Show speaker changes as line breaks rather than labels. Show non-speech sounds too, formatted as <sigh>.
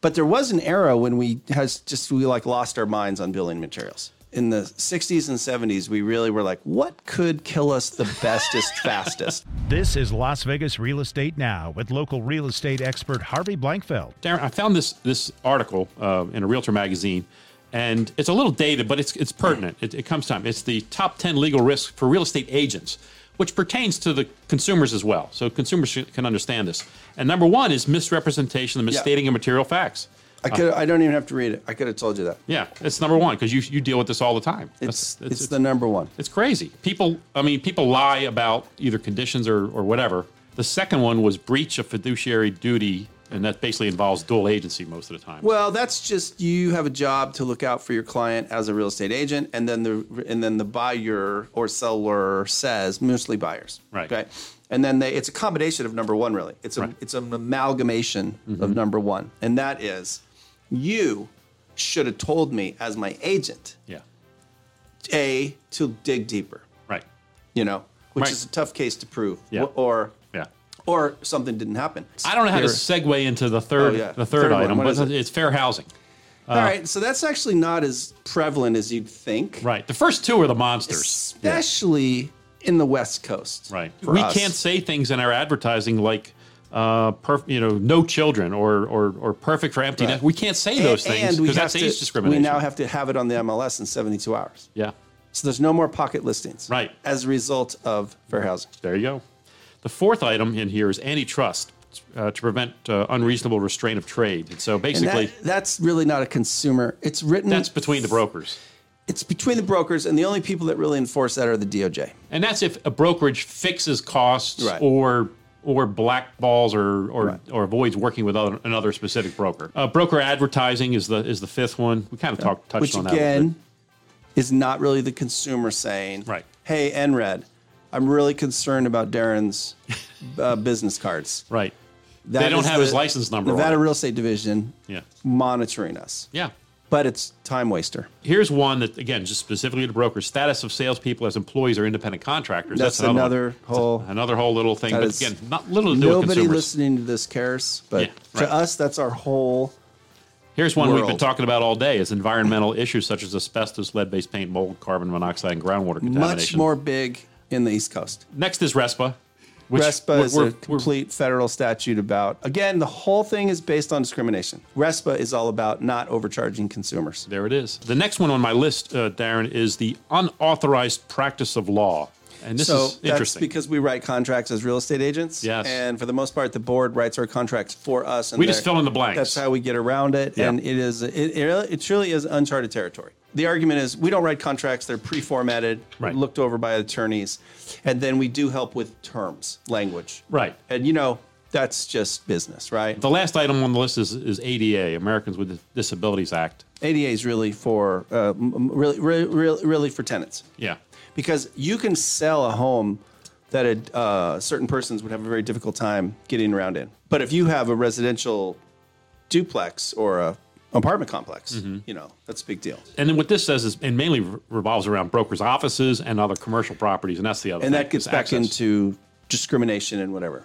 But there was an era when we has just we like lost our minds on building materials. In the 60s and 70s, we really were like, what could kill us the bestest,
<laughs>
fastest?
This is Las Vegas Real Estate Now with local real estate expert Harvey Blankfeld.
Darren, I found this this article uh, in a Realtor magazine, and it's a little dated, but it's it's pertinent. It, it comes time. It's the top ten legal risks for real estate agents, which pertains to the consumers as well. So consumers should, can understand this. And number one is misrepresentation, and misstating of material facts.
I could I don't even have to read it. I could have told you that.
Yeah, it's number one because you you deal with this all the time.
It's
That's-
it's, the number one.
It's crazy. People, I mean, people lie about either conditions or, or whatever. The second one was breach of fiduciary duty, and that basically involves dual agency most of the time.
Well, that's just you have a job to look out for your client as a real estate agent, and then the and then the buyer or seller says mostly buyers,
Right.
Okay, and then they it's a combination of number one really. It's a it's an amalgamation
Mm-hmm.
of number one, and that is you should have told me as my agent
yeah,
a to dig deeper,
right.
you know, which
Right.
is a tough case to prove,
Yeah.
or
Yeah.
or something didn't happen.
I don't know how to
Here.
segue into the third
Oh, yeah.
the third,
Third one.
item,
What
but
is
it's- it's fair housing. uh,
All right, so that's actually not as prevalent as you'd think.
Right. The first two are the monsters.
especially in the West Coast.
Right.
for
we
us.
can't say things in our advertising like uh, perf- you know, no children or or, or perfect for empty nest. We can't say those things
And we
because that's
have to-
age discrimination.
We now have to have it on the MLS in 72 hours.
yeah.
So there's no more pocket listings.
Right.
As a result of fair housing.
There you go. The fourth item in here is antitrust uh, to prevent uh, unreasonable restraint of trade. And so
And
basically,
that, that's really not a consumer. It's written.
that's between the brokers.
It's between the brokers, and the only people that really enforce that are the DOJ.
And that's if a brokerage fixes costs
Right.
or or blackballs or or, or avoids working with other, another specific broker. Uh, broker advertising is the is the fifth one. We kind of talked touched
which
on that. a little
again is not really the consumer saying,
Right.
"Hey, NRED, I'm really concerned about Darren's uh, business cards."
bit. right?
That
they don't
is
have his
the
license number. on
Nevada
it.
Real Estate Division
Yeah.
monitoring us.
Yeah.
But it's time waster.
Here's one that again, just specifically to brokers: status of salespeople as employees or independent contractors. That's,
That's
one.
another
It's a-
whole-
another whole little thing.
That
But
is-
again, not little to do with
Nobody
consumers.
listening to this cares, but
Yeah,
to
right.
us, that's our whole.
Here's one we've been
world.
talking about all day: is environmental issues such as asbestos, lead-based paint, mold, carbon monoxide, and groundwater contamination.
Much more big in the East Coast.
Next is RESPA. Which
RESPA
we're-
is
we're-
a complete federal statute about, again, the whole thing is based on discrimination. RESPA is all about not overcharging consumers.
There it is. The next one on my list, uh, Darren, is the unauthorized practice of law, and this
so
is
that's
interesting.
because we write contracts as real estate agents.
Yes.
And for the most part, the board writes our contracts for us. And
We just
they're-
fill in the blanks.
That's how we get around it.
Yeah.
And it is it, it really- it truly is uncharted territory. The argument is we don't write contracts; they're pre-formatted,
Right.
looked over by attorneys, and then we do help with terms, language.
Right.
And you know that's just business, right?
the last item on the list is, is ADA, Americans with Disabilities Act.
ADA is really for uh, m- m- really, really, really, really for tenants.
Yeah,
because you can sell a home that a uh, certain persons would have a very difficult time getting around in. But if you have a residential duplex or a apartment complex, you know that's a big deal.
and then what this says is, and mainly re- revolves around brokers' offices and other commercial properties, and that's the other.
And
thing,
that gets
is
back
access.
into discrimination and whatever.